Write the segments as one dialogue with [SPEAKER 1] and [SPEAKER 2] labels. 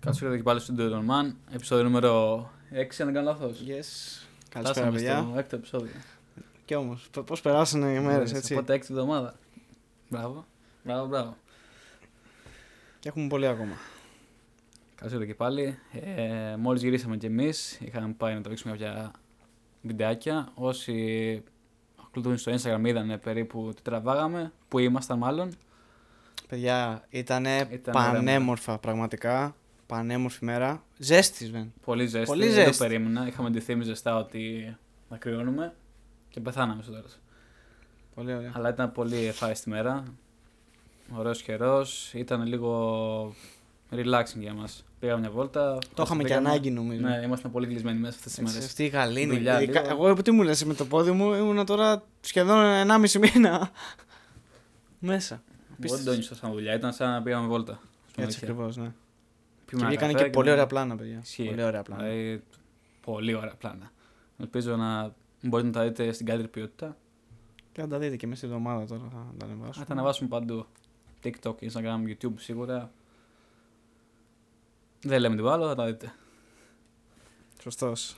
[SPEAKER 1] Καλησπέρα και πάλι στο Dude on Man, επεισόδιο νούμερο 6, αν δεν κάνω λάθος.
[SPEAKER 2] Yes. Καλησπέρα, παιδιά.
[SPEAKER 1] στο Ναι, έκτο επεισόδιο.
[SPEAKER 2] Και όμως, πώς περάσανε οι μέρες, έτσι.
[SPEAKER 1] Οπότε έκτη εβδομάδα. Μπράβο, μπράβο, μπράβο.
[SPEAKER 2] Και έχουμε πολύ ακόμα.
[SPEAKER 1] Καλησπέρα και πάλι. Ε, μόλις γυρίσαμε κι εμείς, είχαμε πάει να τραβήξουμε κάποια βιντεάκια. Όσοι ακολουθούν στο Instagram είδανε περίπου τι τραβάγαμε, που ήμασταν μάλλον.
[SPEAKER 2] Παιδιά, ήταν
[SPEAKER 1] Ήτανε
[SPEAKER 2] πανέμορφα, πραγματικά. Πανέμορφη μέρα. Ζέστης, βεν.
[SPEAKER 1] Πολύ ζέστη,
[SPEAKER 2] Πολύ
[SPEAKER 1] δεν το
[SPEAKER 2] ζέστη.
[SPEAKER 1] περίμενα. Είχαμε αντιθεί με ζεστά ότι να κρυώνουμε και πεθάναμε στο τέλος.
[SPEAKER 2] Πολύ ωραία.
[SPEAKER 1] Αλλά ήταν πολύ ευχάριστη μέρα. Ωραίος καιρός. Ήταν λίγο relaxing για μας. Πήγαμε μια βόλτα.
[SPEAKER 2] Το είχαμε και
[SPEAKER 1] χαστήκαμε.
[SPEAKER 2] ανάγκη, νομίζω.
[SPEAKER 1] Ναι, ήμασταν πολύ κλεισμένοι μέσα αυτές τις
[SPEAKER 2] Έτσι,
[SPEAKER 1] μέρες.
[SPEAKER 2] Αυτή η γαλήνη.
[SPEAKER 1] Δουλειά,
[SPEAKER 2] Ε, κα-
[SPEAKER 1] λίγο.
[SPEAKER 2] Εγώ που τι μου λες με το πόδι μου, ήμουνα τώρα σχεδόν 1,5 μήνα. Μέσα.
[SPEAKER 1] Δεν
[SPEAKER 2] πίστευες.
[SPEAKER 1] το νιώσα σαν δουλειά, ήταν σαν να πήγαμε βόλτα. Στην
[SPEAKER 2] Έτσι
[SPEAKER 1] αλήθεια.
[SPEAKER 2] ακριβώς, ναι.
[SPEAKER 1] Πήμε
[SPEAKER 2] Και
[SPEAKER 1] ένα
[SPEAKER 2] βγήκανε
[SPEAKER 1] καφέ ναι.
[SPEAKER 2] και πολύ ωραία πλάνα, παιδιά.
[SPEAKER 1] Ισχύει.
[SPEAKER 2] Πολύ ωραία πλάνα.
[SPEAKER 1] Δηλαδή, πολύ ωραία πλάνα. Ελπίζω να μπορείτε να τα δείτε στην καλύτερη ποιότητα.
[SPEAKER 2] Και θα τα δείτε και μέσα στη εβδομάδα τώρα θα τα ανεβάσω.
[SPEAKER 1] Θα τα ανεβάσουμε παντού. TikTok, Instagram, YouTube σίγουρα. Δεν λέμε τίποτα άλλο, θα τα δείτε.
[SPEAKER 2] Σωστός.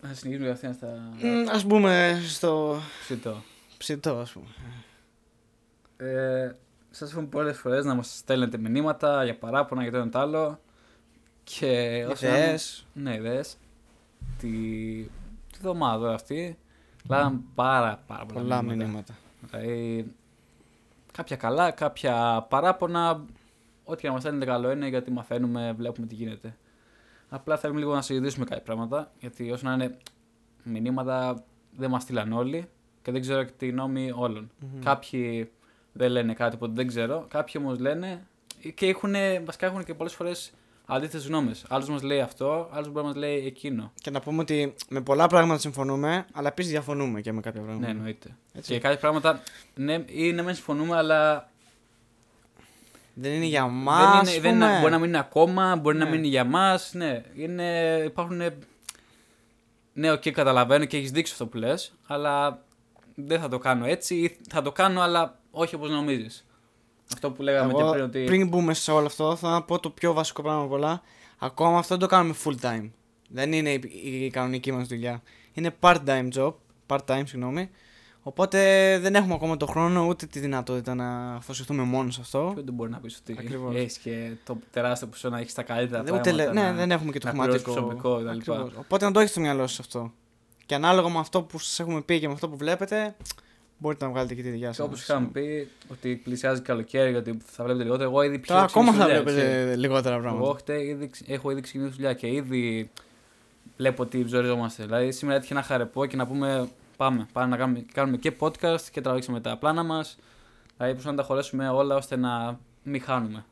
[SPEAKER 1] Να συνεχίσουμε κατευθείαν στα
[SPEAKER 2] Μμ, Ας μπούμε στο
[SPEAKER 1] ψητό.
[SPEAKER 2] ψητό, ας πούμε.
[SPEAKER 1] Ε, σας έχουμε πολλές φορές να μας στέλνετε μηνύματα για παράπονα για το ένα το άλλο. Και όσο να είναι-
[SPEAKER 2] Ιδέες.
[SPEAKER 1] Ναι, ιδέες. Τη, τη βδομάδα αυτή λάβαμε πάρα, πάρα πολλά,
[SPEAKER 2] Πολλά μηνύματα.
[SPEAKER 1] Δηλαδή, κάποια καλά, κάποια παράπονα. Ό,τι και να μας στέλνετε καλό είναι γιατί μαθαίνουμε, βλέπουμε τι γίνεται. Απλά θέλουμε λίγο να συζητήσουμε κάποια πράγματα. Γιατί όσο να είναι μηνύματα δεν μας στείλαν όλοι και δεν ξέρω και τη γνώμη όλων.
[SPEAKER 2] Μμμ.
[SPEAKER 1] Κάποιοι δεν λένε κάτι που δεν ξέρω, κάποιοι όμως λένε και έχουν, βασικά έχουν και πολλές φορές αντίθετες γνώμες. Άλλος μας λέει αυτό, άλλος μπορεί να μας λέει εκείνο.
[SPEAKER 2] Και να πούμε ότι με πολλά πράγματα συμφωνούμε, αλλά επίσης διαφωνούμε και με κάποια
[SPEAKER 1] Ναι,
[SPEAKER 2] πράγματα.
[SPEAKER 1] εννοείται.
[SPEAKER 2] Έτσι.
[SPEAKER 1] Και κάποια πράγματα ναι, είναι μεν συμφωνούμε, αλλά
[SPEAKER 2] Δεν είναι για μα.
[SPEAKER 1] δεν είναι, δεν είναι- μπορεί να μην είναι ακόμα, μπορεί να
[SPEAKER 2] Ναι.
[SPEAKER 1] μην είναι για μας. Ναι, είναι, υπάρχουν. Ναι, οκ, καταλαβαίνω και έχεις δείξει αυτό που λες, αλλά δεν θα το κάνω έτσι ή θα το κάνω, αλλά όχι όπως νομίζεις. Αυτό που λέγαμε και
[SPEAKER 2] Εγώ,
[SPEAKER 1] πριν ότι.
[SPEAKER 2] Πριν μπούμε σε όλο αυτό, θα πω το πιο βασικό πράγμα από πολλά. Ακόμα αυτό δεν το κάνουμε full time. Δεν είναι η, η κανονική μας δουλειά. Είναι part time job. Part time, συγγνώμη. Οπότε δεν έχουμε ακόμα το χρόνο ούτε τη δυνατότητα να αφοσιωθούμε μόνο σε αυτό.
[SPEAKER 1] Και δεν μπορεί να πεις ότι
[SPEAKER 2] Ακριβώς.
[SPEAKER 1] έχεις και το τεράστιο ποσό να έχεις τα καλύτερα
[SPEAKER 2] Δεν, ούτε, λέ-
[SPEAKER 1] πράγματα.
[SPEAKER 2] ναι,
[SPEAKER 1] να-
[SPEAKER 2] δεν έχουμε και το
[SPEAKER 1] να
[SPEAKER 2] χρηματικό.
[SPEAKER 1] πληρώσεις προσωπικό κτλ.
[SPEAKER 2] Ακριβώς. Οπότε να το έχετε στο μυαλό σα αυτό. Και ανάλογα με αυτό που σας έχουμε πει και με αυτό που βλέπετε, μπορείτε να βγάλετε και τη δικιά
[SPEAKER 1] Και
[SPEAKER 2] σα.
[SPEAKER 1] όπως είχαμε πει ότι πλησιάζει καλοκαίρι, γιατί θα βλέπετε λιγότερο. Εγώ ήδη
[SPEAKER 2] Τώρα
[SPEAKER 1] πια
[SPEAKER 2] ακόμα θα βλέπετε λιγότερα
[SPEAKER 1] Εγώ
[SPEAKER 2] πράγματα.
[SPEAKER 1] χτε ήδη, ξε- έχω ήδη ξεκινήσει δουλειά και ήδη βλέπω ότι ζοριζόμαστε. Δηλαδή σήμερα έτυχε ένα χαρεπό και να πούμε πάμε, πάμε να κάνουμε, κάνουμε και podcast και τραβήξαμε τα πλάνα μας. Δηλαδή πρέπει να τα χωρέσουμε όλα ώστε να μην χάνουμε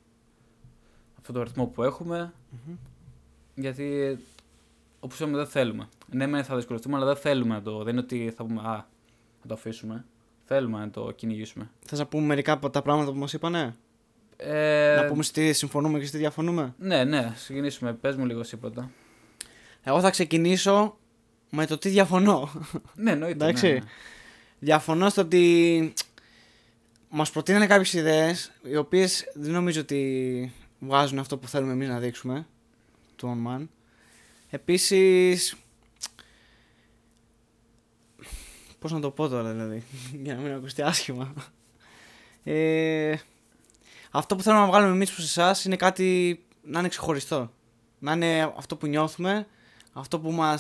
[SPEAKER 1] αυτό το ρυθμό που εχουμε Γιατί όπως είπαμε δεν θέλουμε. Ναι, μεν θα δυσκολευτούμε, αλλά δεν θέλουμε να το. Δεν είναι ότι θα πούμε Α, να το αφήσουμε. Θέλουμε να το κυνηγήσουμε.
[SPEAKER 2] Θες να πούμε μερικά από τα πράγματα που μας είπανε.
[SPEAKER 1] Ε,
[SPEAKER 2] Να πούμε σε τι συμφωνούμε και σε τι διαφωνούμε.
[SPEAKER 1] Ναι, ναι, ξεκινήσουμε. Πες μου λίγο εσύ πρώτα.
[SPEAKER 2] Εγώ θα ξεκινήσω με το τι διαφωνώ.
[SPEAKER 1] Ναι, εννοείται.
[SPEAKER 2] Εντάξει.
[SPEAKER 1] ναι, ναι.
[SPEAKER 2] διαφωνώ στο ότι μας προτείνανε κάποιες ιδέες, οι οποίες δεν νομίζω ότι βγάζουν αυτό που θέλουμε εμείς να δείξουμε του On Man. Επίσης. Πώς να το πω τώρα, δηλαδή, για να μην ακουστεί άσχημα. Ε, αυτό που θέλουμε να βγάλουμε εμείς προς εσάς είναι κάτι να είναι ξεχωριστό. Να είναι αυτό που νιώθουμε, αυτό που μας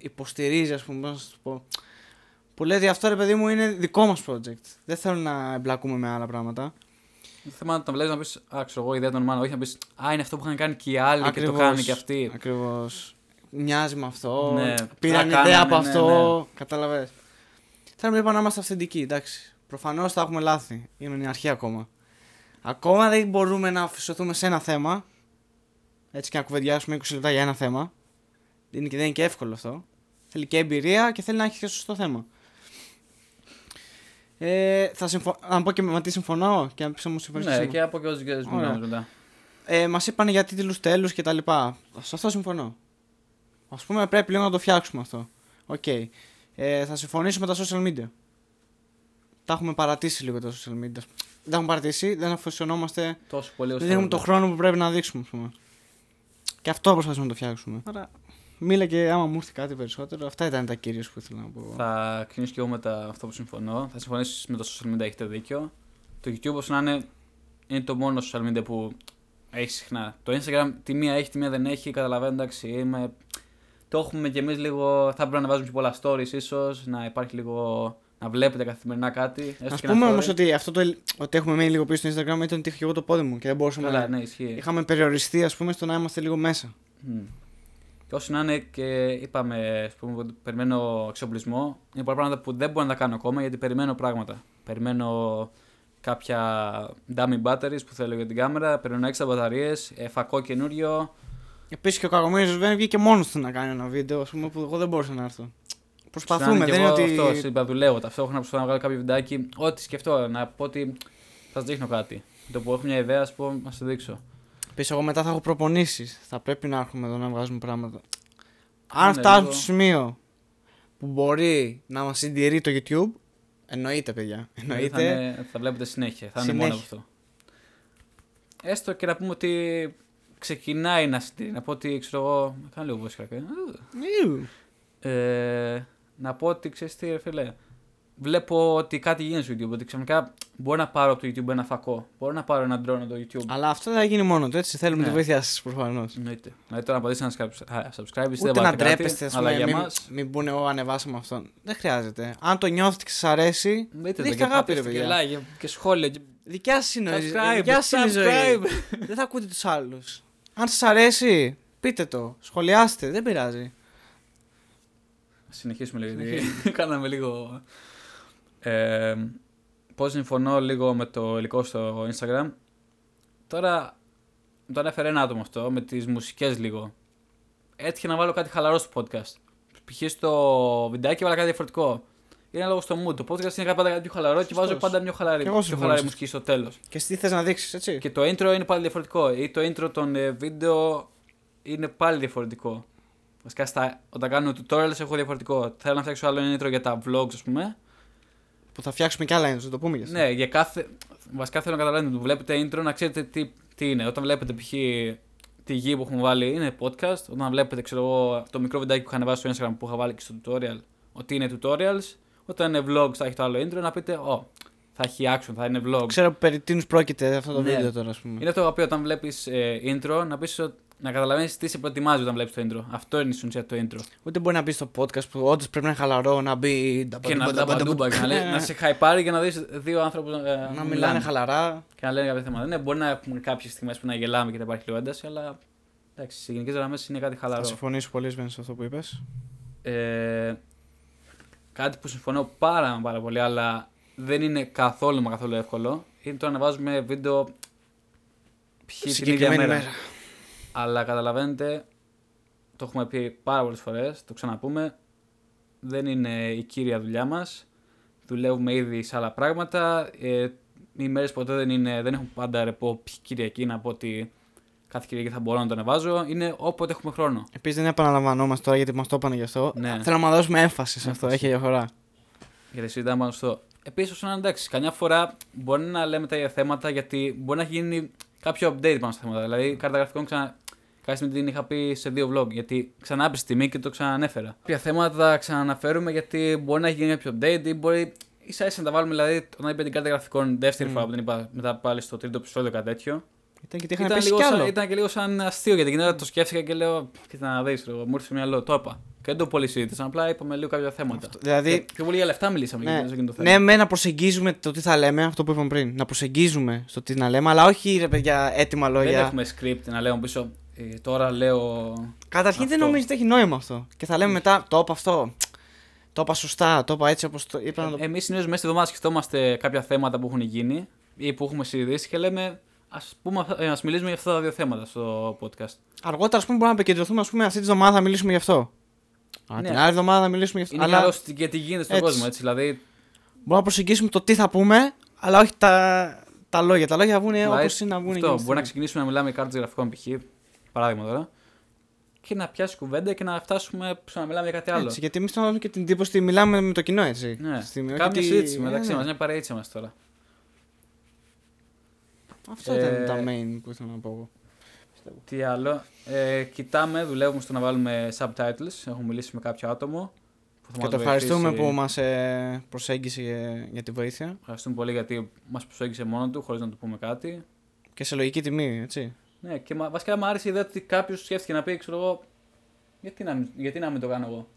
[SPEAKER 2] υποστηρίζει, ας πούμε, πώς να σου το πω. Που λέει ότι αυτό ρε παιδί μου είναι δικό μας project. Δεν θέλω να εμπλακούμε με άλλα πράγματα.
[SPEAKER 1] Το θέμα να τον βλέπεις να πεις Α, ξέρω εγώ, ιδέα των ομάδων. Όχι να πεις Α, είναι αυτό που είχαν κάνει και οι άλλοι και
[SPEAKER 2] Ακριβώς.
[SPEAKER 1] το κάνουν και αυτοί.
[SPEAKER 2] Ακριβώς. Μοιάζει με αυτό.
[SPEAKER 1] Ναι.
[SPEAKER 2] Πήραν
[SPEAKER 1] Τα
[SPEAKER 2] ιδέα
[SPEAKER 1] κάνανε,
[SPEAKER 2] από
[SPEAKER 1] ναι,
[SPEAKER 2] αυτό. Κατάλαβε. Θέλουμε λοιπόν να είμαστε αυθεντικοί, εντάξει. Προφανώς θα έχουμε λάθη. Είναι η αρχή ακόμα. Ακόμα δεν μπορούμε να αφισωθούμε σε ένα θέμα. Έτσι και να κουβεντιάσουμε 20 λεπτά για ένα θέμα. Είναι και, δεν είναι και εύκολο αυτό. Θέλει και εμπειρία και θέλει να έχει και σωστό θέμα. Ε, θα συμφω... Να πω και με τι συμφωνώ και να πει μου συμφωνεί.
[SPEAKER 1] Ναι, και από και όσου και
[SPEAKER 2] Ωραία.
[SPEAKER 1] μιλάμε μετά.
[SPEAKER 2] ε, μας είπαν για τίτλους τέλους και τα λοιπά. Σε αυτό συμφωνώ. Ας πούμε, πρέπει λίγο να το φτιάξουμε αυτό. Οκ. Ε, θα συμφωνήσω με τα social media. Τα έχουμε παρατήσει λίγο τα social media. δεν έχουμε παρατηρήσει, δεν αφοσιωνόμαστε,
[SPEAKER 1] Τόσο πολύ
[SPEAKER 2] δεν δίνουμε
[SPEAKER 1] ώστε.
[SPEAKER 2] το χρόνο που πρέπει να δείξουμε. ας πούμε. Και αυτό προσπαθούμε να το φτιάξουμε. Άρα, μίλα και άμα μου έρθει κάτι περισσότερο, αυτά ήταν τα κυρίως που ήθελα να πω. εγώ.
[SPEAKER 1] Θα ξεκινήσω και εγώ με τα, αυτό που συμφωνώ. Θα συμφωνήσεις με το social media, έχετε δίκιο. Το YouTube όσο να είναι, είναι το μόνο social media που έχει συχνά. Το Instagram τη μία έχει, τη μία δεν έχει. Καταλαβαίνω, εντάξει, είμαι... το έχουμε κι εμείς λίγο. Θα πρέπει να βάζουμε και πολλά stories, ίσως να υπάρχει λίγο. να βλέπετε καθημερινά κάτι. έστω
[SPEAKER 2] Ας
[SPEAKER 1] και ένα
[SPEAKER 2] πούμε
[SPEAKER 1] story.
[SPEAKER 2] όμως ότι αυτό το, ότι έχουμε μείνει λίγο πίσω στο Instagram ήταν ότι είχα και εγώ το πόδι μου και δεν μπορούσαμε
[SPEAKER 1] Καλά,
[SPEAKER 2] να.
[SPEAKER 1] ναι, ισχύει.
[SPEAKER 2] Είχαμε περιοριστεί, ας πούμε, στο να είμαστε λίγο μέσα.
[SPEAKER 1] Μμμ. Και όσο να είναι και είπαμε, ας πούμε, ότι περιμένω εξοπλισμό, είναι πολλά πράγματα που δεν μπορώ να τα κάνω ακόμα γιατί περιμένω πράγματα. Περιμένω κάποια dummy batteries που θέλω για την κάμερα, περιμένω έξτρα μπαταρίες, ε, φακό καινούριο.
[SPEAKER 2] Επίσης και ο Κακομοίρης δεν βγήκε μόνος του να κάνει ένα βίντεο, ας πούμε, που εγώ δεν μπορούσα να έρθω. Προσπαθούμε,
[SPEAKER 1] και
[SPEAKER 2] δεν είναι
[SPEAKER 1] εγώ
[SPEAKER 2] ότι.
[SPEAKER 1] Αυτό, είπα, δουλεύω ταυτόχρονα, προσπαθώ να βγάλω κάποιο βιντεάκι. Ό,τι σκεφτώ, να πω ότι θα σας δείχνω κάτι. Το που έχω μια ιδέα, ας πω, να σας δείξω.
[SPEAKER 2] Επίσης, εγώ μετά θα έχω προπονήσεις. Θα πρέπει να έρχομαι εδώ να βγάζουμε πράγματα.
[SPEAKER 1] Ναι,
[SPEAKER 2] Αν φτάσουμε
[SPEAKER 1] λίγο.
[SPEAKER 2] στο σημείο που μπορεί να μας συντηρεί το YouTube, εννοείται, παιδιά.
[SPEAKER 1] Ε, Θα,
[SPEAKER 2] Εννοείται.
[SPEAKER 1] είναι, θα βλέπετε συνέχεια. Θα είναι
[SPEAKER 2] Συνέχεια.
[SPEAKER 1] μόνο από αυτό. Έστω και να πούμε ότι ξεκινάει να συντηρεί. Να πω ότι ξέρω εγώ. να Κάνω λίγο βόσκα.
[SPEAKER 2] Ιου.
[SPEAKER 1] Ε, να πω ότι ξέρεις τι, ρε φίλε. Βλέπω ότι κάτι γίνεται στο YouTube. Ότι ξαφνικά μπορώ να πάρω από το YouTube ένα φακό. Μπορώ να πάρω ένα drone από το YouTube.
[SPEAKER 2] Αλλά αυτό θα γίνει μόνο του, έτσι. Θέλουμε
[SPEAKER 1] Ναι.
[SPEAKER 2] τη βοήθειά σας προφανώς.
[SPEAKER 1] Εννοείται. Δηλαδή τώρα να πατήσεις ένα subscribe, α, subscribe δεν
[SPEAKER 2] Ούτε
[SPEAKER 1] πάτε
[SPEAKER 2] να
[SPEAKER 1] κάτι,
[SPEAKER 2] ντρέπεστε, ας
[SPEAKER 1] Αλλά
[SPEAKER 2] πούμε,
[SPEAKER 1] για
[SPEAKER 2] μην,
[SPEAKER 1] μας,
[SPEAKER 2] μην πούνε εγώ ανεβάσαμε αυτόν. Δεν χρειάζεται. Αν το νιώθετε και σας αρέσει,
[SPEAKER 1] μπείτε
[SPEAKER 2] δείχνει
[SPEAKER 1] το και
[SPEAKER 2] αγάπη,
[SPEAKER 1] πάτε
[SPEAKER 2] ρε
[SPEAKER 1] στο
[SPEAKER 2] παιδιά.
[SPEAKER 1] γελάγιο και σχόλια. και
[SPEAKER 2] δικιά σας είναι η ζωή.
[SPEAKER 1] Subscribe,
[SPEAKER 2] Δικιά σας είναι η ζωή.
[SPEAKER 1] subscribe.
[SPEAKER 2] Δεν θα ακούτε τους άλλους. Αν σας αρέσει, πείτε το. Σχολιάστε, δεν πειράζει.
[SPEAKER 1] Ας συνεχίσουμε λίγο, γιατί κάναμε λίγο... Ε, πώς συμφωνώ λίγο με το υλικό στο Instagram. Τώρα, το ανέφερε ένα άτομο αυτό, με τις μουσικές λίγο. Έτυχε να βάλω κάτι χαλαρό στο podcast. Π.χ. στο βιντεάκι βάλα κάτι διαφορετικό. Είναι λόγω στο mood. Το podcast είναι πάντα κάτι πιο χαλαρό και
[SPEAKER 2] Σωστός.
[SPEAKER 1] βάζω πάντα μια χαλαρή,
[SPEAKER 2] Κι εγώ
[SPEAKER 1] πιο
[SPEAKER 2] συμφωνώ
[SPEAKER 1] χαλαρή
[SPEAKER 2] σε
[SPEAKER 1] μουσική στο τέλος.
[SPEAKER 2] Και εσύ τι θες να δείξεις, έτσι.
[SPEAKER 1] Και το intro είναι πάλι διαφορετικό. Ή το intro των ε, βίντεο είναι πάλι διαφορετικό. Βασικά, στα, όταν κάνω tutorials έχω διαφορετικό. Θέλω να φτιάξω άλλο ένα intro για τα vlogs, ας πούμε.
[SPEAKER 2] Που θα φτιάξουμε κι άλλα έντρε, το πούμε κι αυτό.
[SPEAKER 1] Ναι, για κάθε. Βασικά θέλω να καταλάβετε που βλέπετε intro να ξέρετε τι, τι είναι. Όταν βλέπετε π.χ. τη γη που έχουμε βάλει είναι podcast. Όταν βλέπετε, ξέρω εγώ, το μικρό βιντεάκι που είχα ανεβάσει στο Instagram που είχα βάλει και στο tutorial, ότι είναι tutorials. Όταν είναι vlogs θα έχει το άλλο intro να πείτε, Ω, θα έχει action, θα είναι vlog.
[SPEAKER 2] Ξέρω περί τίνους πρόκειται αυτό το
[SPEAKER 1] Ναι.
[SPEAKER 2] βίντεο τώρα, ας πούμε.
[SPEAKER 1] Είναι αυτό το οποίο όταν βλέπεις intro να, πεις, ότι- να καταλαβαίνεις τι σε προετοιμάζει όταν βλέπεις το intro. Αυτό είναι στην ουσία το intro.
[SPEAKER 2] Ούτε μπορεί να μπει στο podcast που όντως πρέπει να είναι χαλαρό, να μπει.
[SPEAKER 1] και να τα παντούμπα και να, λέει, να σε χαϊπάρει και να δει δύο άνθρωπου ε,
[SPEAKER 2] Να μιλάνε χαλαρά.
[SPEAKER 1] και να λένε κάποια θέματα. Ναι, μπορεί να έχουμε κάποιε στιγμέ που να γελάμε και να υπάρχει λίγο ένταση, αλλά εντάξει, σε γενικέ γραμμέ είναι κάτι
[SPEAKER 2] Θα
[SPEAKER 1] χαλαρό.
[SPEAKER 2] συμφωνήσω πολύ Σβέν, σε αυτό που είπε.
[SPEAKER 1] Ε, κάτι που συμφωνώ πάρα, μα πάρα πολύ, αλλά δεν είναι καθόλου μα καθόλου εύκολο, είναι το να βάζουμε βίντεο π.χ. την ίδια
[SPEAKER 2] Συγκεκριμένη
[SPEAKER 1] μέρα.
[SPEAKER 2] μέρα.
[SPEAKER 1] Αλλά καταλαβαίνετε, το έχουμε πει πάρα πολλές φορές, το ξαναπούμε, δεν είναι η κύρια δουλειά μας. Δουλεύουμε ήδη σε άλλα πράγματα. Ε, οι μέρες ποτέ δεν, είναι, δεν έχουν πάντα ρεπό π.χ. Κυριακή να πω ότι κάθε Κυριακή θα μπορώ να το ανεβάζω. Είναι όποτε έχουμε χρόνο.
[SPEAKER 2] Επίσης δεν επαναλαμβανόμαστε τώρα γιατί μας το είπανε γι' αυτό.
[SPEAKER 1] Ναι.
[SPEAKER 2] Θέλω να δώσουμε έμφαση σε αυτό,
[SPEAKER 1] Έμφαση.
[SPEAKER 2] έχει διαφορά.
[SPEAKER 1] Γιατί συζητάμε πάνω στο. Επίσης, όσο να είναι εντάξει, καμιά φορά μπορεί να λέμε τα ίδια θέματα γιατί μπορεί να έχει γίνει κάποιο update πάνω στα θέματα. Δηλαδή, κάρτα γραφικών ξανα. Κάποια στιγμή την είχα πει σε δύο vlog γιατί ξανά έπεσε τιμή και το ξανανέφερα. Κάποια θέματα τα ξαναναφέρουμε γιατί μπορεί να έχει γίνει κάποιο update ή μπορεί ίσα ίσα να τα βάλουμε. Δηλαδή, όταν είπα την κάρτα γραφικών δεύτερη φορά που την είπα μετά πάλι στο τρίτο επεισόδιο κάτι τέτοιο.
[SPEAKER 2] Ήταν γιατί είχαν
[SPEAKER 1] ήταν,
[SPEAKER 2] πέσει
[SPEAKER 1] λίγο
[SPEAKER 2] κι
[SPEAKER 1] σαν,
[SPEAKER 2] άλλο.
[SPEAKER 1] ήταν και λίγο σαν αστείο γιατί την ώρα το σκέφτηκα και λέω. Κοίτα να δεις, μου ήρθε στο μυαλό, το είπα. Και δεν το πολύ συζήτησαν, απλά είπαμε λίγο κάποια θέματα.
[SPEAKER 2] Δηλαδή,
[SPEAKER 1] Και πιο πολύ για λεφτά μιλήσαμε
[SPEAKER 2] ναι,
[SPEAKER 1] για εκείνο το θέμα.
[SPEAKER 2] ναι, με να προσεγγίζουμε το τι θα λέμε, αυτό που είπαμε πριν. Να προσεγγίζουμε στο τι να λέμε, αλλά όχι ρε παιδιά έτοιμα
[SPEAKER 1] Δεν
[SPEAKER 2] λόγια.
[SPEAKER 1] έχουμε script να λέμε πίσω. «Ε, τώρα λέω.
[SPEAKER 2] Καταρχήν δεν
[SPEAKER 1] Αυτό.
[SPEAKER 2] νομίζω ότι έχει νόημα αυτό. Και θα λέμε μετά, το είπα αυτό. Το είπα σωστά, το είπα έτσι όπως το είπα να το
[SPEAKER 1] Εμείς συνήθως ε, μέσα στη εβδομάδα σκεφτόμαστε κάποια θέματα που έχουν γίνει ή που έχουμε συζητήσει και λέμε. Ας πούμε, ας μιλήσουμε για αυτά τα δύο θέματα στο podcast.
[SPEAKER 2] Αργότερα, ας πούμε, μπορούμε να επικεντρωθούμε. Ας πούμε, αυτή τη εβδομάδα θα μιλήσουμε γι' αυτό. Α,
[SPEAKER 1] Ναι.
[SPEAKER 2] Την άλλη εβδομάδα θα μιλήσουμε γι' αυτό.
[SPEAKER 1] Είναι
[SPEAKER 2] αλλά
[SPEAKER 1] Αλλά... καλό στη- και τι γίνεται στον
[SPEAKER 2] Έτσι.
[SPEAKER 1] κόσμο, έτσι. Δηλαδή,
[SPEAKER 2] μπορούμε να προσεγγίσουμε το τι θα πούμε, αλλά όχι τα, τα λόγια. Τα λόγια θα βγουν όπω
[SPEAKER 1] δηλαδή,
[SPEAKER 2] Ναι, είναι να βγουν.
[SPEAKER 1] αυτό, Μπορεί
[SPEAKER 2] εκείνη τη
[SPEAKER 1] να
[SPEAKER 2] στιγμή.
[SPEAKER 1] ξεκινήσουμε να μιλάμε για κάρτες γραφικών, π.χ. Παράδειγμα τώρα. Και να πιάσει κουβέντα και να φτάσουμε στο να μιλάμε για κάτι άλλο.
[SPEAKER 2] Έτσι, γιατί εμείς θέλουμε να δώσουμε και την εντύπωση ότι μιλάμε με το κοινό, έτσι.
[SPEAKER 1] Ναι.
[SPEAKER 2] Στη στιγμή, όχι
[SPEAKER 1] Κάμε
[SPEAKER 2] ότι-
[SPEAKER 1] συζήτηση μεταξύ
[SPEAKER 2] ναι,
[SPEAKER 1] μας,
[SPEAKER 2] ναι.
[SPEAKER 1] μια παρέτσια μας τώρα.
[SPEAKER 2] Αυτό
[SPEAKER 1] Ε,
[SPEAKER 2] ήταν τα main που ήθελα να πω εγώ. Πιστεύω.
[SPEAKER 1] Τι άλλο. Ε, κοιτάμε, δουλεύουμε στο να βάλουμε subtitles. Έχουμε μιλήσει με κάποιο άτομο. Που θα
[SPEAKER 2] Και
[SPEAKER 1] μας
[SPEAKER 2] το ευχαριστούμε
[SPEAKER 1] βοηθήσει.
[SPEAKER 2] που μας ε, προσέγγισε για, για τη βοήθεια.
[SPEAKER 1] Ευχαριστούμε πολύ γιατί μας προσέγγισε μόνο του, χωρίς να του πούμε κάτι.
[SPEAKER 2] Και σε λογική τιμή, έτσι.
[SPEAKER 1] Ναι, και μα, βασικά μου άρεσε η ιδέα ότι κάποιος σκέφτηκε να πει, ξέρω εγώ, γιατί να, μην- γιατί να μην το κάνω εγώ.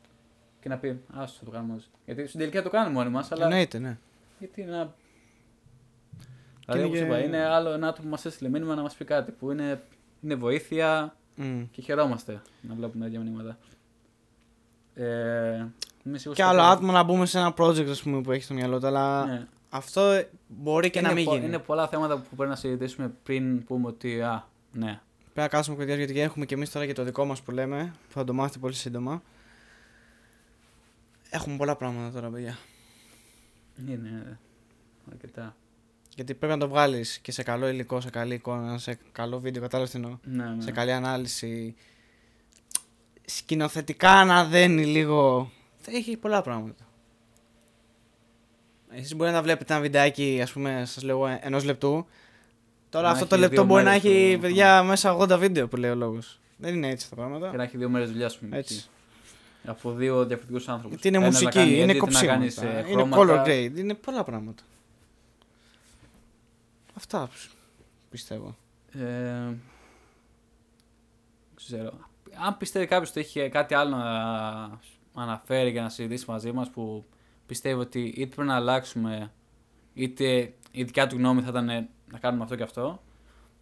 [SPEAKER 1] Και να πει, ας το κάνουμε μαζί. Γιατί στην τελική θα το κάνουμε μόνοι μας, αλλά
[SPEAKER 2] Εννοείται, ναι.
[SPEAKER 1] γιατί να. Δηλαδή, όπω
[SPEAKER 2] και-
[SPEAKER 1] είπα, είναι άλλο ένα άτομο που μας έστειλε μήνυμα να μας πει κάτι που είναι, είναι βοήθεια
[SPEAKER 2] Μμ.
[SPEAKER 1] και χαιρόμαστε να βλέπουμε τέτοια μηνύματα. Ε, είμαι σίγουρος
[SPEAKER 2] Και
[SPEAKER 1] ότι-
[SPEAKER 2] άλλο άτομο να μπούμε σε ένα project ας πούμε, που έχει στο μυαλό του, αλλά
[SPEAKER 1] Ναι.
[SPEAKER 2] αυτό ε, μπορεί και να
[SPEAKER 1] Είναι
[SPEAKER 2] μην
[SPEAKER 1] πο-
[SPEAKER 2] γίνει.
[SPEAKER 1] Είναι πολλά θέματα που πρέπει να συζητήσουμε πριν πούμε ότι. Α, ναι.
[SPEAKER 2] Πρέπει να κάτσουμε παιδιά γιατί έχουμε και εμείς τώρα και το δικό μας που λέμε, που θα το μάθετε πολύ σύντομα. Έχουμε πολλά πράγματα τώρα, παιδιά.
[SPEAKER 1] Είναι αρκετά.
[SPEAKER 2] Γιατί πρέπει να το βγάλεις και σε καλό υλικό, σε καλή εικόνα, σε καλό βίντεο, κατάλαβες τι εννοώ.
[SPEAKER 1] Ναι, ναι.
[SPEAKER 2] Σε καλή ανάλυση. Σκηνοθετικά να δένει λίγο. Θα Έχει πολλά πράγματα. Εσείς μπορεί να βλέπετε ένα βιντεάκι, ας πούμε, σας λέω ενός λεπτού. Τώρα
[SPEAKER 1] Να
[SPEAKER 2] αυτό το
[SPEAKER 1] έχει
[SPEAKER 2] λεπτό
[SPEAKER 1] δύο
[SPEAKER 2] μπορεί να
[SPEAKER 1] μέρες
[SPEAKER 2] έχει,
[SPEAKER 1] το-
[SPEAKER 2] παιδιά, μέσα 80 βίντεο που λέει ο λόγος. Δεν είναι έτσι τα πράγματα.
[SPEAKER 1] Και να έχει δύο μέρες δουλειάς σου.
[SPEAKER 2] Έτσι.
[SPEAKER 1] Από δύο διαφορετικούς άνθρωπου.
[SPEAKER 2] Γιατί είναι μουσική, είναι κοψίματα,
[SPEAKER 1] ε,
[SPEAKER 2] είναι color grade, είναι πολλά πράγματα. Αυτά πιστεύω.
[SPEAKER 1] Ε, ξέρω. Αν πιστεύει κάποιος ότι έχει κάτι άλλο να αναφέρει και να συζητήσει μαζί μας που πιστεύει ότι είτε πρέπει να αλλάξουμε, είτε η δικιά του γνώμη θα ήταν ε, να κάνουμε αυτό και αυτό.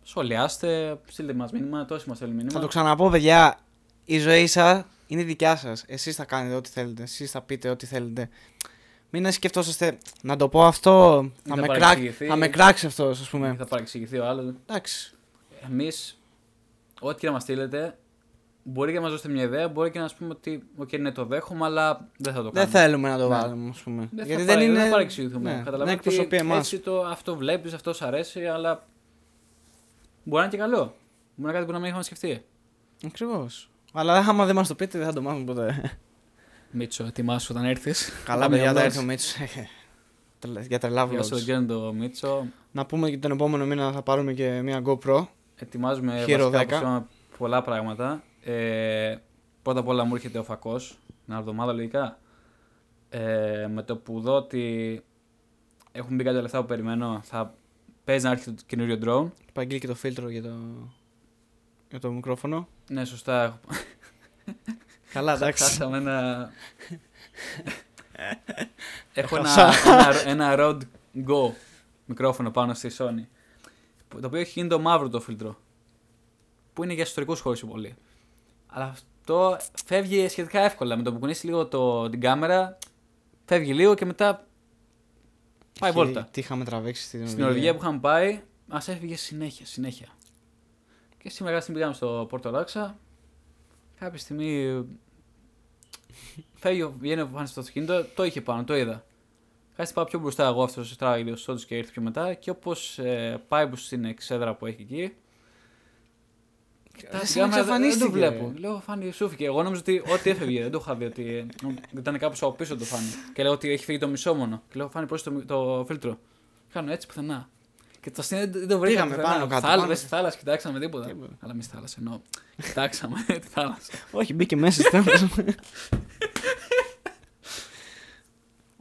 [SPEAKER 1] Σχολιάστε, στείλτε μας μήνυμα, τόσοι μας θέλει μήνυμα.
[SPEAKER 2] Θα το ξαναπώ, παιδιά. Η ζωή σας είναι δικιά σας. Εσείς θα κάνετε ό,τι θέλετε. Εσείς θα πείτε ό,τι θέλετε. Μην σκεφτόσαστε να το πω αυτό. Θα,
[SPEAKER 1] θα
[SPEAKER 2] με, κράξει,
[SPEAKER 1] παρεξηγηθεί.
[SPEAKER 2] θα με κράξει αυτός, ας πούμε.
[SPEAKER 1] Θα παρεξηγηθεί ο άλλος.
[SPEAKER 2] Εντάξει.
[SPEAKER 1] Εμείς, ό,τι και να μας στείλετε, μπορεί και να μας δώσετε μια ιδέα, μπορεί και να σας πούμε ότι okay, ναι, το δέχομαι, αλλά δεν θα το
[SPEAKER 2] Δεν
[SPEAKER 1] κάνουμε.
[SPEAKER 2] θέλουμε να το
[SPEAKER 1] Ναι.
[SPEAKER 2] βάλουμε, ας πούμε.
[SPEAKER 1] Δεν
[SPEAKER 2] Γιατί
[SPEAKER 1] θα
[SPEAKER 2] δεν
[SPEAKER 1] παρε-
[SPEAKER 2] είναι.
[SPEAKER 1] δεν θα παρεξηγηθούμε.
[SPEAKER 2] Ναι, δεν
[SPEAKER 1] Καταλαβαίνω
[SPEAKER 2] εκπροσωπεί
[SPEAKER 1] ότι
[SPEAKER 2] εμάς.
[SPEAKER 1] έτσι το, αυτό βλέπεις, αυτό σ' αρέσει, αλλά μπορεί να είναι και καλό. Μπορεί να είναι κάτι που να μην είχαμε σκεφτεί.
[SPEAKER 2] Ακριβώς. Αλλά άμα δεν μας το πείτε, δεν θα το μάθουμε ποτέ.
[SPEAKER 1] Μίτσο, ετοιμάσου όταν έρθεις.
[SPEAKER 2] Καλά, παιδιά, θα έρθει ο Μίτσο. Τρελα- Για τρελά
[SPEAKER 1] Για όσο
[SPEAKER 2] vlogs.
[SPEAKER 1] δεν ξέρουν το Μίτσο,
[SPEAKER 2] Να πούμε και τον επόμενο μήνα θα πάρουμε και μια GoPro.
[SPEAKER 1] ετοιμάζουμε
[SPEAKER 2] Hero
[SPEAKER 1] βασικά,
[SPEAKER 2] 10.
[SPEAKER 1] όπως είπαμε, πολλά πράγματα. Ε, πρώτα απ' όλα μου έρχεται ο φακός, την εβδομάδα λογικά. Ε, με το που δω ότι έχουν μπει κάποια λεφτά που περιμένω, θα παίζει να έρχεται το καινούριο drone.
[SPEAKER 2] Παγγείλει και το φίλτρο για το, για το μικρόφωνο.
[SPEAKER 1] Ναι, σωστά, έχω
[SPEAKER 2] Καλά, εντάξει.
[SPEAKER 1] Χάσαμε ένα. Έχω ένα,
[SPEAKER 2] Έχασα.
[SPEAKER 1] ένα, ένα Rode Go μικρόφωνο πάνω στη Sony. που- Το οποίο έχει γίνει το μαύρο το φίλτρο. Που είναι για ιστορικούς χώρους πολύ. Αλλά αυτό φεύγει σχετικά εύκολα. Με το που κουνήσει λίγο το, την κάμερα, φεύγει λίγο και μετά πάει
[SPEAKER 2] Και
[SPEAKER 1] βόλτα.
[SPEAKER 2] Τι είχαμε τραβήξει στην
[SPEAKER 1] Στην Νορβηγία που είχαμε πάει, μας έφυγε συνέχεια, συνέχεια. Και σήμερα κάποια στιγμή πήγαμε στο Πόρτο Λάξα. Κάποια στιγμή. Φεύγει, ο- βγαίνει ο Φάνη στο αυτοκίνητο, το είχε πάνω, το είδα. Κάτι πάω πιο μπροστά εγώ αυτός σε τράγει ο Σότζο και ήρθε πιο μετά. Και όπως πάει που στην εξέδρα που έχει εκεί. κοιτάω
[SPEAKER 2] Σαν
[SPEAKER 1] την κάμερα, δεν- Δεν το
[SPEAKER 2] εξαφανίστηκε.
[SPEAKER 1] βλέπω. Λέω Φάνη, σου φύγε. Εγώ νόμιζα ότι ό,τι έφευγε. δεν το είχα δει ότι. ε, Ήταν κάπου από πίσω το Φάνη. Και λέω ότι έχει φύγει το μισό μόνο. Και λέω Φάνη, πώ το, το φίλτρο. Κάνω έτσι πουθενά. Και το σύνδεσμο δεν το βρήκαμε.
[SPEAKER 2] Πήγαμε
[SPEAKER 1] πουθενά.
[SPEAKER 2] πάνω κάτω,
[SPEAKER 1] Θάλα-
[SPEAKER 2] πάνω.
[SPEAKER 1] μες στη θάλασσα, κοιτάξαμε τίποτα.
[SPEAKER 2] Τίποτα.
[SPEAKER 1] Αλλά μη στη θάλασσα, εννοώ. Κοιτάξαμε τη θάλασσα.
[SPEAKER 2] Όχι, μπήκε μέσα στην τράπεζα.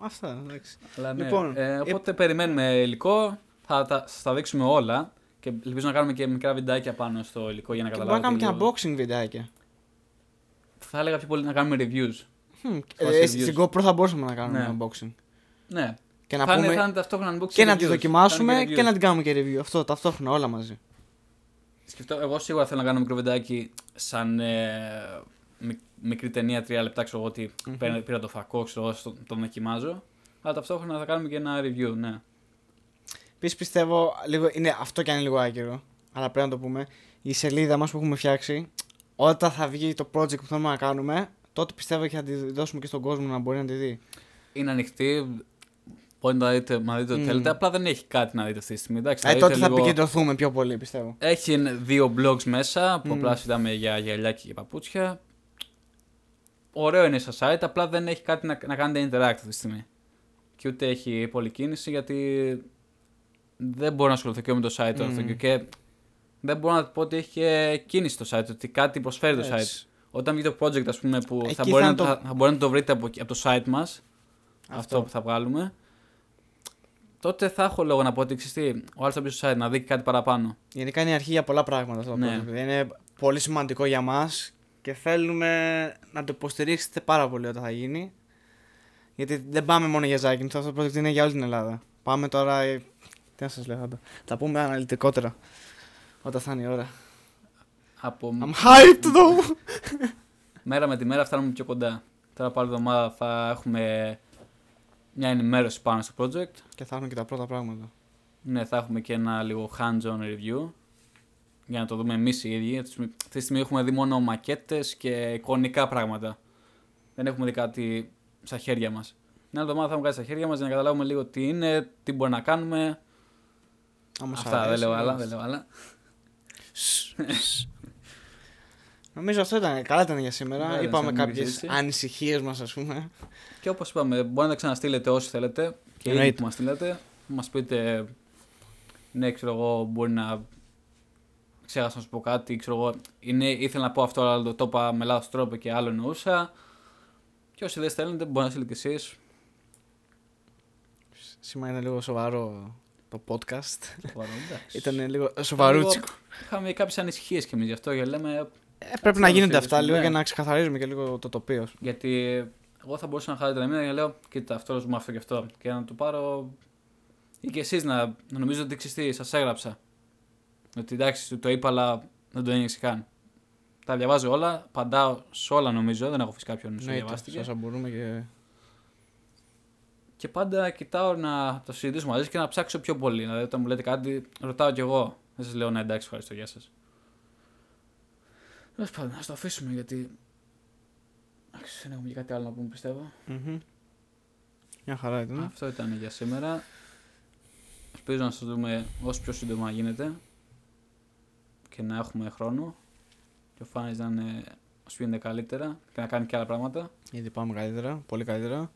[SPEAKER 2] Αυτά, εντάξει.
[SPEAKER 1] Αλλά ναι,
[SPEAKER 2] Λοιπόν,
[SPEAKER 1] ε,
[SPEAKER 2] ε,
[SPEAKER 1] οπότε περιμένουμε υλικό. Θα τα, σας τα δείξουμε όλα. Και ελπίζω να κάνουμε και μικρά βιντεάκια πάνω στο υλικό για να
[SPEAKER 2] Και μπορούμε να
[SPEAKER 1] καταλάβετε.
[SPEAKER 2] κάνουμε και
[SPEAKER 1] λίγο.
[SPEAKER 2] unboxing βιντεάκια.
[SPEAKER 1] Θα έλεγα πιο πολύ να κάνουμε reviews.
[SPEAKER 2] Χμ,
[SPEAKER 1] Μας
[SPEAKER 2] ε,
[SPEAKER 1] reviews.
[SPEAKER 2] Στην GoPro θα μπορούσαμε να κάνουμε
[SPEAKER 1] Ναι.
[SPEAKER 2] ένα unboxing.
[SPEAKER 1] Ναι.
[SPEAKER 2] Και να
[SPEAKER 1] θα, είναι,
[SPEAKER 2] πούμε
[SPEAKER 1] θα είναι ταυτόχρονα unboxing
[SPEAKER 2] και να
[SPEAKER 1] reviews.
[SPEAKER 2] τη
[SPEAKER 1] Θα είναι
[SPEAKER 2] δοκιμάσουμε
[SPEAKER 1] reviews.
[SPEAKER 2] και να την κάνουμε και review. Αυτό ταυτόχρονα όλα μαζί.
[SPEAKER 1] Σκεφτώ, εγώ σίγουρα θέλω να κάνω μικρό βιντεάκι σαν ε, μικ- μικρή ταινία, τρία λεπτά, ξέρω εγώ, ότι
[SPEAKER 2] Μμμ.
[SPEAKER 1] πήρα- πήρα το φακό, ξέρω εγώ, στο- τον δοκιμάζω. Αλλά ταυτόχρονα θα κάνουμε και ένα review, ναι.
[SPEAKER 2] Επίσης πιστεύω, λίγο, είναι, αυτό κι αν είναι λίγο άκυρο, αλλά πρέπει να το πούμε. Η σελίδα μας που έχουμε φτιάξει, όταν θα βγει το project που θέλουμε να κάνουμε, τότε πιστεύω και θα τη δώσουμε και στον κόσμο να μπορεί να τη δει.
[SPEAKER 1] Είναι ανοιχτή, μπορείτε να δείτε, να δείτε ό,τι
[SPEAKER 2] Μμ.
[SPEAKER 1] θέλετε, απλά δεν έχει κάτι να δείτε αυτή τη στιγμή. Εντάξει,
[SPEAKER 2] Ε,
[SPEAKER 1] δείτε
[SPEAKER 2] τότε θα
[SPEAKER 1] λίγο-
[SPEAKER 2] επικεντρωθούμε πιο πολύ, πιστεύω.
[SPEAKER 1] Έχει δύο blogs μέσα που
[SPEAKER 2] Μμ.
[SPEAKER 1] απλά συντάμε για γυαλιάκια και παπούτσια. Ωραίο είναι σαν site, απλά δεν έχει κάτι να, να κάνετε interact αυτή τη στιγμή. Και ούτε έχει πολλή κίνηση γιατί δεν μπορώ να ασχοληθώ και με το site του αυτό.
[SPEAKER 2] Μμμ.
[SPEAKER 1] Και δεν μπορώ να πω ότι έχει και κίνηση το site, ότι κάτι προσφέρει το site.
[SPEAKER 2] Έτσι.
[SPEAKER 1] Όταν βγει το project, ας πούμε, που θα,
[SPEAKER 2] Εκεί
[SPEAKER 1] μπορεί
[SPEAKER 2] θα
[SPEAKER 1] να,
[SPEAKER 2] το-
[SPEAKER 1] θα, θα μπορεί να το βρείτε από, από το site μας, αυτό.
[SPEAKER 2] Αυτό.
[SPEAKER 1] που θα βγάλουμε, τότε θα έχω λόγο να πω ότι ξέρεις τι, ο άλλος θα μπει στο site να δει κάτι παραπάνω.
[SPEAKER 2] Γενικά είναι η αρχή για πολλά πράγματα αυτό το
[SPEAKER 1] Ναι.
[SPEAKER 2] project. Είναι πολύ σημαντικό για μας και θέλουμε να το υποστηρίξετε πάρα πολύ όταν θα γίνει. Γιατί δεν πάμε μόνο για Ζάκυνθο, αυτό το project είναι για όλη την Ελλάδα. Πάμε τώρα. ε, Τι να σας λέω, θα τα- τα πούμε αναλυτικότερα όταν θα είναι η ώρα.
[SPEAKER 1] Από
[SPEAKER 2] I'm hyped though!
[SPEAKER 1] μέρα με τη μέρα φτάνουμε πιο κοντά. Τώρα πάλι εβδομάδα θα έχουμε μια ενημέρωση πάνω στο project.
[SPEAKER 2] και θα έχουν και τα πρώτα πράγματα.
[SPEAKER 1] Ναι, θα έχουμε και ένα λίγο hands-on review για να το δούμε εμείς οι ίδιοι. Αυτή τη στιγμή έχουμε δει μόνο μακέτες και εικονικά πράγματα. Δεν έχουμε δει κάτι στα χέρια μας. Την άλλη εβδομάδα θα έχουμε κάτι στα χέρια μας για να καταλάβουμε λίγο τι είναι, τι μπορεί να κάνουμε.
[SPEAKER 2] Άμα σ'
[SPEAKER 1] Αυτά δεν
[SPEAKER 2] αρέσει,
[SPEAKER 1] λέω άλλα. Δεν
[SPEAKER 2] εντάξει.
[SPEAKER 1] λέω άλλα.
[SPEAKER 2] Νομίζω αυτό ήταν. Καλά ήταν για σήμερα.
[SPEAKER 1] Καλά ήταν
[SPEAKER 2] Είπαμε
[SPEAKER 1] σαν
[SPEAKER 2] κάποιε
[SPEAKER 1] συζήτηση.
[SPEAKER 2] ανησυχίες μας, ας πούμε.
[SPEAKER 1] Και όπως είπαμε, μπορείτε να τα ξαναστείλετε όσοι θέλετε και ήδη
[SPEAKER 2] Εννοείται.
[SPEAKER 1] που μας στείλετε. Μας πείτε, ναι, ξέρω εγώ, μπορεί να ξέχασα να σου πω κάτι, ξέρω εγώ, είναι, ήθελα να πω αυτό, αλλά το είπα με λάθος τρόπο και άλλο εννοούσα. Και όσοι δεν στέλνετε, μπορεί να στείλετε κι εσείς.
[SPEAKER 2] Σήμερα είναι λίγο σοβαρό το podcast. Ήταν λίγο σοβαρούτσικο.
[SPEAKER 1] Είχαμε κάποιες ανησυχίες κι εμείς γι' αυτό, γιατί λέμε.
[SPEAKER 2] Ε, πρέπει να γίνονται
[SPEAKER 1] θέλεις,
[SPEAKER 2] αυτά λίγο
[SPEAKER 1] ναι.
[SPEAKER 2] για να ξεκαθαρίζουμε και λίγο το τοπίο.
[SPEAKER 1] Γιατί εγώ θα μπορούσα να χάρω την αμήνα και να λέω: Κοίτα, αυτό μου αυτό και αυτό. Και να το πάρω. ή και εσείς να, να νομίζετε ότι ξυστή, σας έγραψα. Ότι εντάξει, του το είπα, αλλά δεν το ένιξε καν. Τα διαβάζω όλα, παντάω σε όλα νομίζω, δεν έχω αφήσει κάποιον που σου
[SPEAKER 2] Εννοείται.
[SPEAKER 1] διαβάστηκε.
[SPEAKER 2] Όσα μπορούμε και.
[SPEAKER 1] Και πάντα κοιτάω να το συζητήσω μαζί σας και να ψάξω πιο πολύ. Δηλαδή, όταν μου λέτε κάτι, ρωτάω κι εγώ. Δεν σας λέω ναι, εντάξει, ευχαριστώ, γεια σας. Τέλος πάντων, ας το αφήσουμε γιατί. Εντάξει, δεν έχουμε και κάτι άλλο να πούμε, πιστεύω.
[SPEAKER 2] Μμμ. Μια χαρά ήταν.
[SPEAKER 1] Αυτό ήταν για σήμερα. Ελπίζω να σας δούμε όσο πιο σύντομα γίνεται και να έχουμε χρόνο και ο Φάνης να είναι όσο γίνεται καλύτερα και να κάνει και άλλα πράγματα.
[SPEAKER 2] Ήδη πάμε καλύτερα. Πολύ καλύτερα.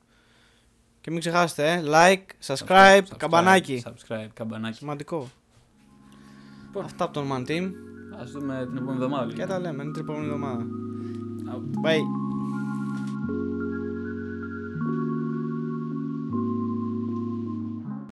[SPEAKER 2] Και μην ξεχάσετε, ε, like, subscribe, καμπανάκι.
[SPEAKER 1] Subscribe, καμπανάκι.
[SPEAKER 2] Σημαντικό.
[SPEAKER 1] Λοιπόν.
[SPEAKER 2] Αυτά από τον Man Team.
[SPEAKER 1] Ας δούμε την επόμενη εβδομάδα.
[SPEAKER 2] Και
[SPEAKER 1] λοιπόν.
[SPEAKER 2] τα λέμε. Είναι την επόμενη εβδομάδα.
[SPEAKER 1] Out.
[SPEAKER 2] Bye.